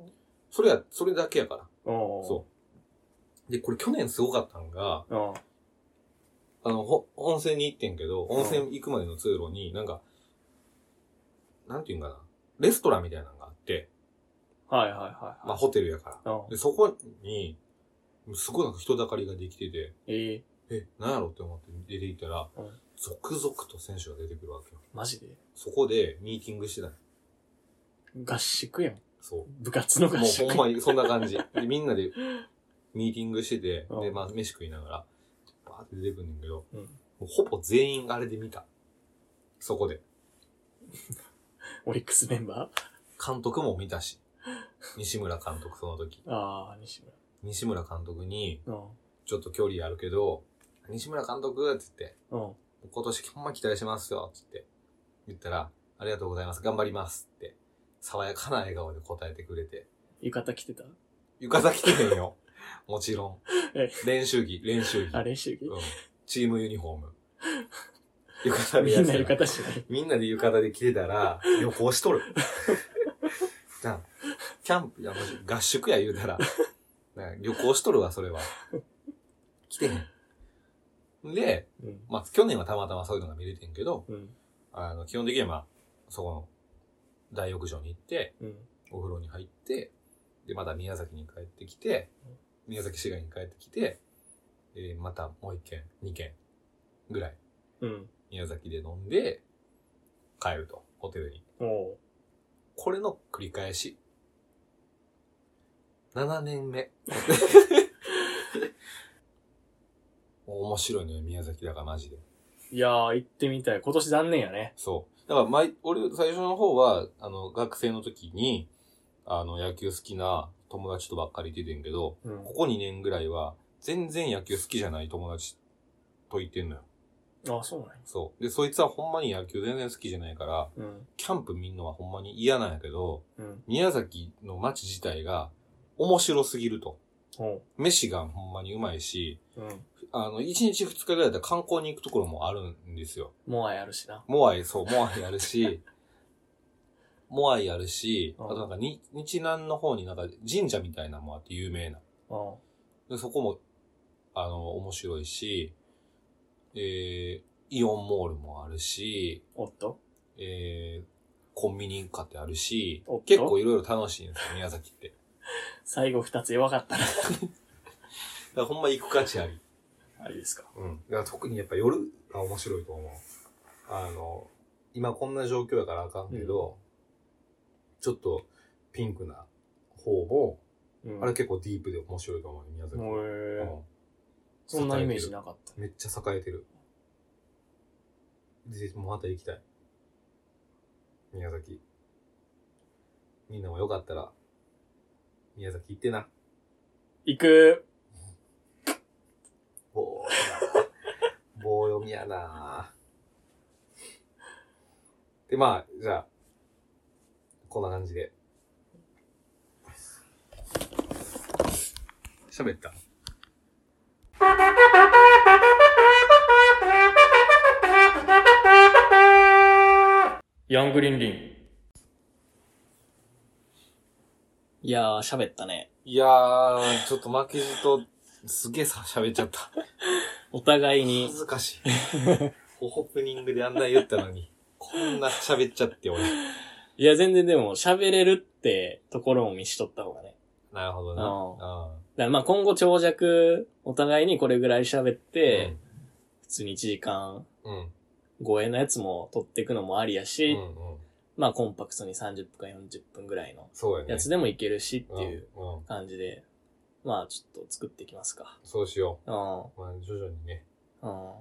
S2: それや、それだけやから。
S1: おう
S2: そう。で、これ去年すごかったのが、
S1: うん。
S2: あの、ほ温泉に行ってんけど、温泉行くまでの通路に、なんか、なんていうんかな、レストランみたいなのがあって、
S1: はいはいはい。
S2: まあホテルやから。
S1: あ、
S2: で、そこに、すごいなんか人だかりができてて、
S1: ええ
S2: え、なんやろって思って出て行ったら、
S1: うん
S2: 続々と選手が出てくるわけよ。
S1: マジで
S2: そこでミーティングしてたの
S1: 合宿やん。
S2: そう。
S1: 部活の
S2: も
S1: 合宿。
S2: うほんまにそんな感じ。で、みん なでミーティングしてて、
S1: うん
S2: で、まあ飯食いながら、バーって出てくんねんけど、
S1: うん
S2: もうほぼ全員あれで見た。そこで。
S1: オリックスメンバ
S2: 監督も見たし、西村監督その時。
S1: ーああ、西
S2: 西村監督に、
S1: 村。
S2: ちょっと距離あるけど、西村監督って言って、
S1: うん。うん。
S2: 今年ほんま期待しますよ、つって。言ったら、ありがとうございます、頑張りますって、爽やかな笑顔で答えてくれて。
S1: 浴衣着てた
S2: 浴衣着てへんよ。 もちろん
S1: え。
S2: 練習着、練習着。
S1: あ、練習着
S2: うん。チームユニフォー ム。浴衣で
S1: み
S2: や
S1: ん
S2: っ
S1: な
S2: てたら
S1: 浴衣しない。
S2: みんなで浴衣で着てたら、旅行しとる。じゃあ、キャンプ、いや、もし合宿や言うたら、なんか旅行しとるわ、それは。来てへん。で、
S1: うん。
S2: まあ、去年はたまたまそういうのが見れてんけど、
S1: うん。
S2: あの、基本的にはまあ、そこの大浴場に行って、
S1: うん。
S2: お風呂に入って、で、また宮崎に帰ってきて、宮崎市街に帰ってきて、えーまたもう一軒、二軒ぐらい
S1: うん。
S2: 宮崎で飲んで、帰ると、ホテルに。
S1: おう。
S2: これの繰り返し。7年目。面白いね、宮崎だからマジで。
S1: いやー、行ってみたい。今年残念やね。
S2: そう。だから、前、俺、最初の方は、あの、学生の時に、あの、野球好きな友達とばっかり出てんけど、
S1: うん
S2: こ。こ2年ぐらいは、全然野球好きじゃない友達と言ってんのよ。
S1: あ、そうなんや。
S2: そう。で、そいつはほんまに野球全然好きじゃないから、
S1: うん。
S2: キャンプ見んのはほんまに嫌なんやけど、
S1: うん。
S2: 宮崎の街自体が面白すぎると。
S1: おう。
S2: 飯がほんまにうまいし、
S1: うん。
S2: あの、1日2日ぐらいだったら観光に行くところもあるんですよ。
S1: モアイあるしな。
S2: モアイ、そう、モアイあ るし、モアイあるし、
S1: う
S2: あ
S1: ん
S2: となんかに、日南の方になんか神社みたいなのもあって有名な。
S1: うん。
S2: で、そこも、あの、面白いし、えー、イオンモールもあるし、
S1: おっと
S2: えー、コンビニ買ってあるし
S1: おっ、と
S2: 結構いろいろ楽しいんですよ、宮崎って。
S1: 最後二つ弱かったな。
S2: だからほんま行く価値あり。
S1: あれですか。
S2: うん。だから特にやっぱ夜が面白いと思う。あの、今こんな状況やからあかんけど、ちょっとピンクな方も、
S1: うん
S2: あれ結構ディープで面白いかもね、宮崎。
S1: もうえー
S2: うん
S1: そんなイメージなかった。
S2: めっちゃ栄えてる。で、また行きたい。宮崎。みんなもよかったら、宮崎行ってな。
S1: 行く
S2: 棒やな棒読みやなで、まあ、じゃあ、こんな感じで。喋った。
S1: ヤングリンリン。いやー、喋ったね。
S2: いやー、ちょっと負けじと、すげえさ、喋っちゃった。
S1: お互いに
S2: 恥、ずかしい。オープニングであんな言ったのに、こんな喋っちゃって、俺。
S1: いや、全然でも喋れるってところを見しとった方がね。
S2: なるほどな。あ
S1: だからまあ今後長尺、お互いにこれぐらい喋って、普通に1時間
S2: うん、うん。
S1: 超えのやつも撮っていくのもありや
S2: う
S1: し、
S2: ん、うん。
S1: まあコンパクトに30分か40分ぐらいの
S2: そうやね。
S1: やつでもいけるしっていう
S2: うん。うん。
S1: 感じで、まあちょっと作っていきますか。
S2: そうしよ
S1: うん。
S2: う。まあ、徐々にね。
S1: うん。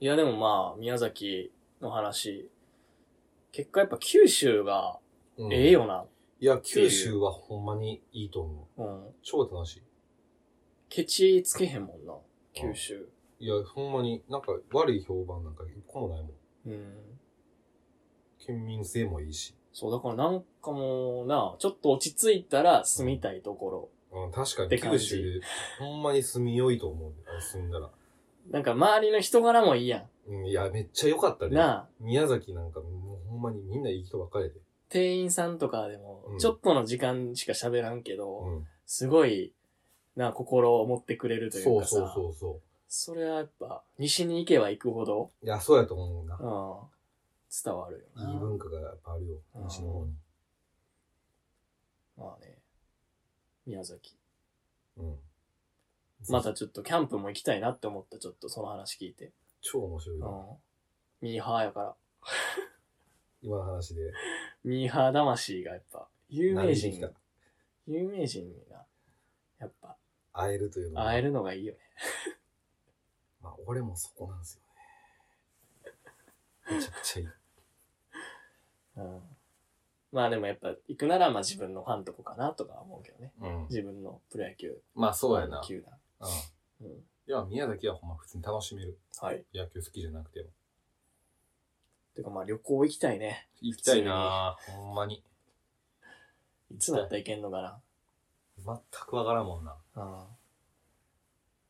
S1: いやでもまあ、宮崎の話、結果やっぱ九州が
S2: うん
S1: ええ。よな。
S2: いや、九州はほんまにいいと思う。
S1: うん。
S2: 超楽し
S1: ケチつけへんもんな、九州。
S2: い。いや、ほんまに、なんか悪い評判なんか一個もないもん。
S1: うん。
S2: 県民性もいいし。
S1: そう、だからなんかもうな、ちょっと落ち着いたら住みたいところ。
S2: うん、確か
S1: って
S2: に
S1: 感
S2: 九
S1: じ
S2: 州、ほんまに住みよいと思う。あ住んだら。
S1: なんか周りの人柄もいいや
S2: うん、いや、めっちゃ良かった
S1: ん。
S2: ね。
S1: なあ、
S2: 宮崎なんか、もうほんまにみんないい人ばっかりやで。
S1: 店員さんとかでも
S2: う、ん
S1: ちょっとの時間しか喋らんけど、
S2: うん。
S1: すごい、なあ、心を持ってくれるとい
S2: そうう
S1: かさ。
S2: そうそうそ
S1: それはやっぱ、西に行けば行くほど、
S2: う。いや、そうやと思うな
S1: う。ん、伝わるよな。
S2: いい文化がやっぱあるよ
S1: うん。
S2: 西の方に。
S1: まあね。宮崎。
S2: うん。
S1: またちょっとキャンプも行きたいなって思った、ちょっとその話聞いて。
S2: 超面白い
S1: うん
S2: よ。。
S1: ミーハーやから。
S2: 今の話で。
S1: ミーハー魂がやっぱ、有名
S2: 慣れてき
S1: 人
S2: た、
S1: 有名人にな、やっぱ、
S2: 会えるというのは
S1: 会えるのがいいよね。
S2: まあ、俺もそこなんです よね。めちゃくちゃいい。
S1: うん。まあでもやっぱ、行くならまあ自分のファンとこかなとか思うけどね。
S2: うん。
S1: 自分のプロ野球。
S2: まあ、そうやな。うん。い
S1: 球団。うん。
S2: や、宮崎はほんま普通に楽しめる。
S1: はい。
S2: 野球好きじゃなくても。
S1: てかまあ旅行行きたいね。
S2: 行きたいなぁ。ほんまに。
S1: いつだったら行けんのかな。
S2: 全くわからんもんな。
S1: うん。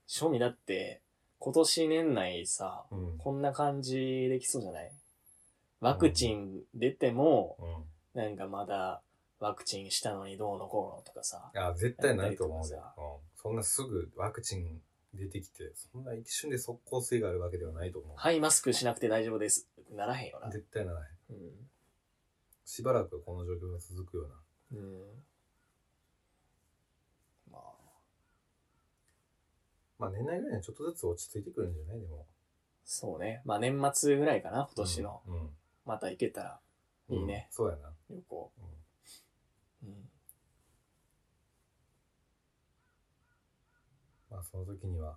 S1: 正味だって、今年年内さ、
S2: うん。
S1: こんな感じできそうじゃないワクチン出ても、
S2: うん。
S1: なんかまだワクチンしたのにどうのこうのとかさ。
S2: いや、絶対ないと思う
S1: や
S2: よ
S1: ったりと。
S2: うん。そんなすぐワクチン出てきて、そんな一瞬で即効性があるわけではないと思う。
S1: はい、マスクしなくて大丈夫です。ならへんよな。
S2: 絶対ならない。
S1: う
S2: しばらくこの状況が続くような。
S1: ん。うん。まあ、
S2: まあ、年内ぐらいにはちょっとずつ落ち着いてくるんじゃないでも。
S1: そうね。まあ年末ぐらいかな、今年の。
S2: うん。うん。
S1: また行けたらいいね
S2: うんそうやな。
S1: 旅行。
S2: うん
S1: うん。
S2: まあその時には、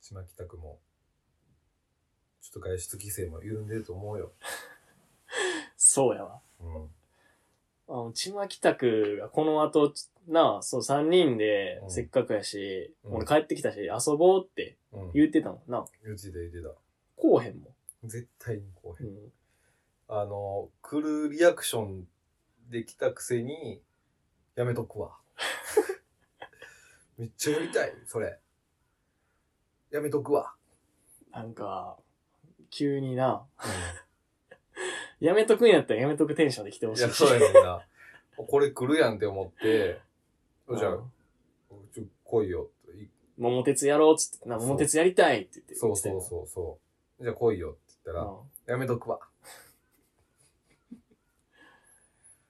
S2: 島北区も、ちょっと外出規制も緩んでると思うよ。
S1: そうやわ。
S2: うん。
S1: あの、ちまきたくがこの後、ちなあ、そう、三人で
S2: う、ん
S1: せっかくやし、
S2: うん
S1: 俺帰ってきたし、遊ぼうって
S2: うん。
S1: 言ってたもんな。
S2: うちで言って
S1: こうへんも
S2: た。絶対にこうへ
S1: ん。
S2: ん。あの、来るリアクションできたくせに、やめとくわ。 めっちゃやりたい、それ。やめとくわ。
S1: なんか、急にな、
S2: う
S1: やめとくんやったらやめとくテンションで来て ほ
S2: ん、い
S1: しい
S2: や、
S1: し。
S2: そうやねんな。これ来るやんって思って、
S1: うん
S2: じゃあ、ちょ来いよって。い
S1: 桃鉄やろうっつって、な、
S2: そう
S1: 桃鉄やりたいって言って。
S2: そうそうそうそう。じゃあ来いよって言ったら、やめとくわ。
S1: うん。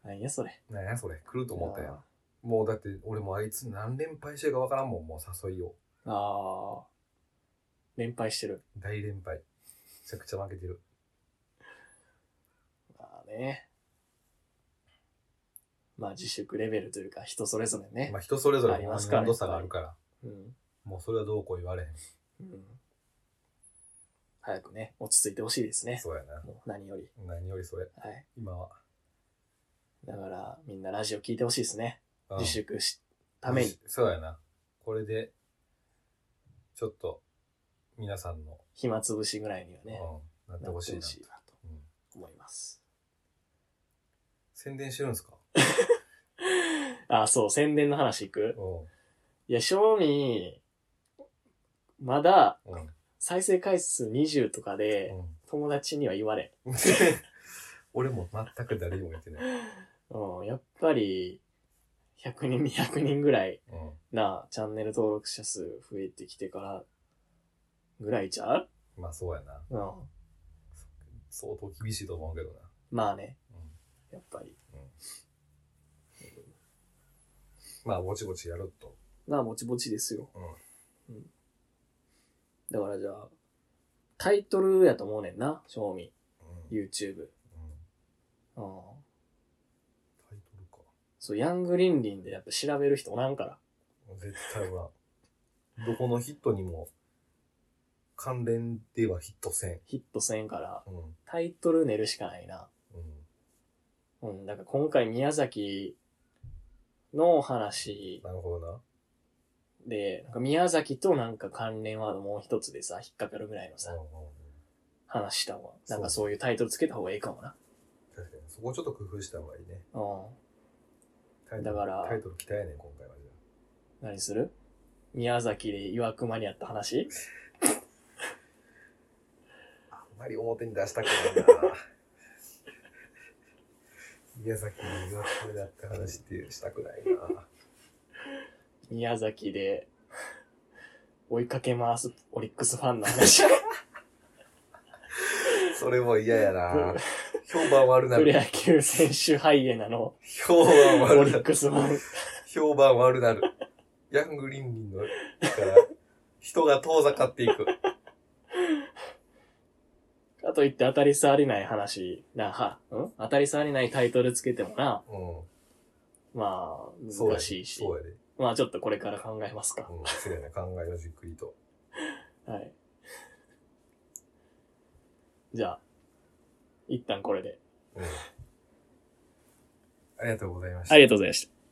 S1: なんやそれ。
S2: なんやそれ、来ると思ったやん
S1: あ。
S2: もうだって、俺もあいつ何連敗してるかわからんもん、もう誘いを。
S1: ーあー。連敗してる。
S2: 大連敗。めちゃくちゃ負けてる。
S1: まあね。まあ自粛レベルというか人それぞれね。
S2: まあ人それぞれ
S1: ありますから
S2: 温度差があるから、
S1: うん。
S2: もうそれはどうこう言われへん。
S1: うん。早くね、落ち着いてほしいですね。
S2: そうやな。
S1: もう何より。
S2: 何よりそれ、
S1: はい。
S2: 今は。
S1: だから、みんなラジオ聞いてほしいですね。
S2: うん
S1: 自粛し、ために、。
S2: そうやな。これで、ちょっと、皆さんの、
S1: 暇つぶしぐらいにはね、
S2: うん、なって
S1: なっ
S2: ほ
S1: て
S2: しい
S1: ほ
S2: な。
S1: しいなと
S2: うん
S1: 思います。
S2: 宣伝してるんですか
S1: あ、そう、宣伝の話いく
S2: うん。
S1: いや、正味、まだ
S2: うん。うん
S1: 再生回数20とかで、友達には言われん。
S2: 俺も全く誰にも言ってない。
S1: うん、やっぱり、100人、200人ぐらい
S2: うん。
S1: な、チャンネル登録者数増えてきてから、ぐらいちゃう
S2: まあそうやな。
S1: うん。
S2: 相当厳しいと思うけどな。
S1: まあね、
S2: うん。
S1: やっぱり。
S2: まあ、ぼちぼちやると。
S1: まあ、もちぼちですよ。
S2: う
S1: だからじゃあ、タイトルやと思うねんな、正味。
S2: ん。うん。
S1: YouTube。うん。
S2: タイトルか。
S1: そう、ヤングリンリンでやっぱ調べる人おらんから。
S2: 絶対は、どこのヒットにも、関連ではヒットせん。
S1: ヒットせんから、
S2: うん。うん。
S1: タイトル練るしかないな。うん、だから今回宮崎のお話
S2: なるほどな。
S1: で、なんか宮崎となんか関連ワードもう一つでさ、引っかかるぐらいのさ
S2: うん、うんうん
S1: 話した方が、なんかそういうタイトルつけた方がいいかもな。
S2: 確かに。そこちょっと工夫した方がいいね。
S1: う
S2: タイト
S1: だ
S2: ル
S1: から
S2: タイトル鍛えねん、今回はじゃ
S1: ん。何する宮崎で岩熊にあった話
S2: あ。あんまり表に出したくない な。宮崎に岩これだって話ってしたくないな。
S1: 宮崎で追いかけ回すオリックスファンの 話。
S2: それも嫌やな。評判悪な
S1: プロ
S2: る。
S1: 野球選手ハイエナの
S2: 評判
S1: オ
S2: 悪
S1: リ
S2: な
S1: ッ
S2: る。
S1: クスファン。
S2: 評判悪なる。 ヤングリンリンの、から、人が遠ざかっていく。
S1: かといって当たり障りない話、な、は、ん当たり障りないタイトルつけてもな、
S2: う
S1: ま
S2: ん。
S1: あ、難しいし。
S2: そうやで。そう
S1: まあちょっとこれから考えますか
S2: や。で。うん。そうやね。考えをじっくりと。
S1: はい。じゃあ、一旦これで。
S2: うん。ありがとうございました
S1: あ。りがとうございました。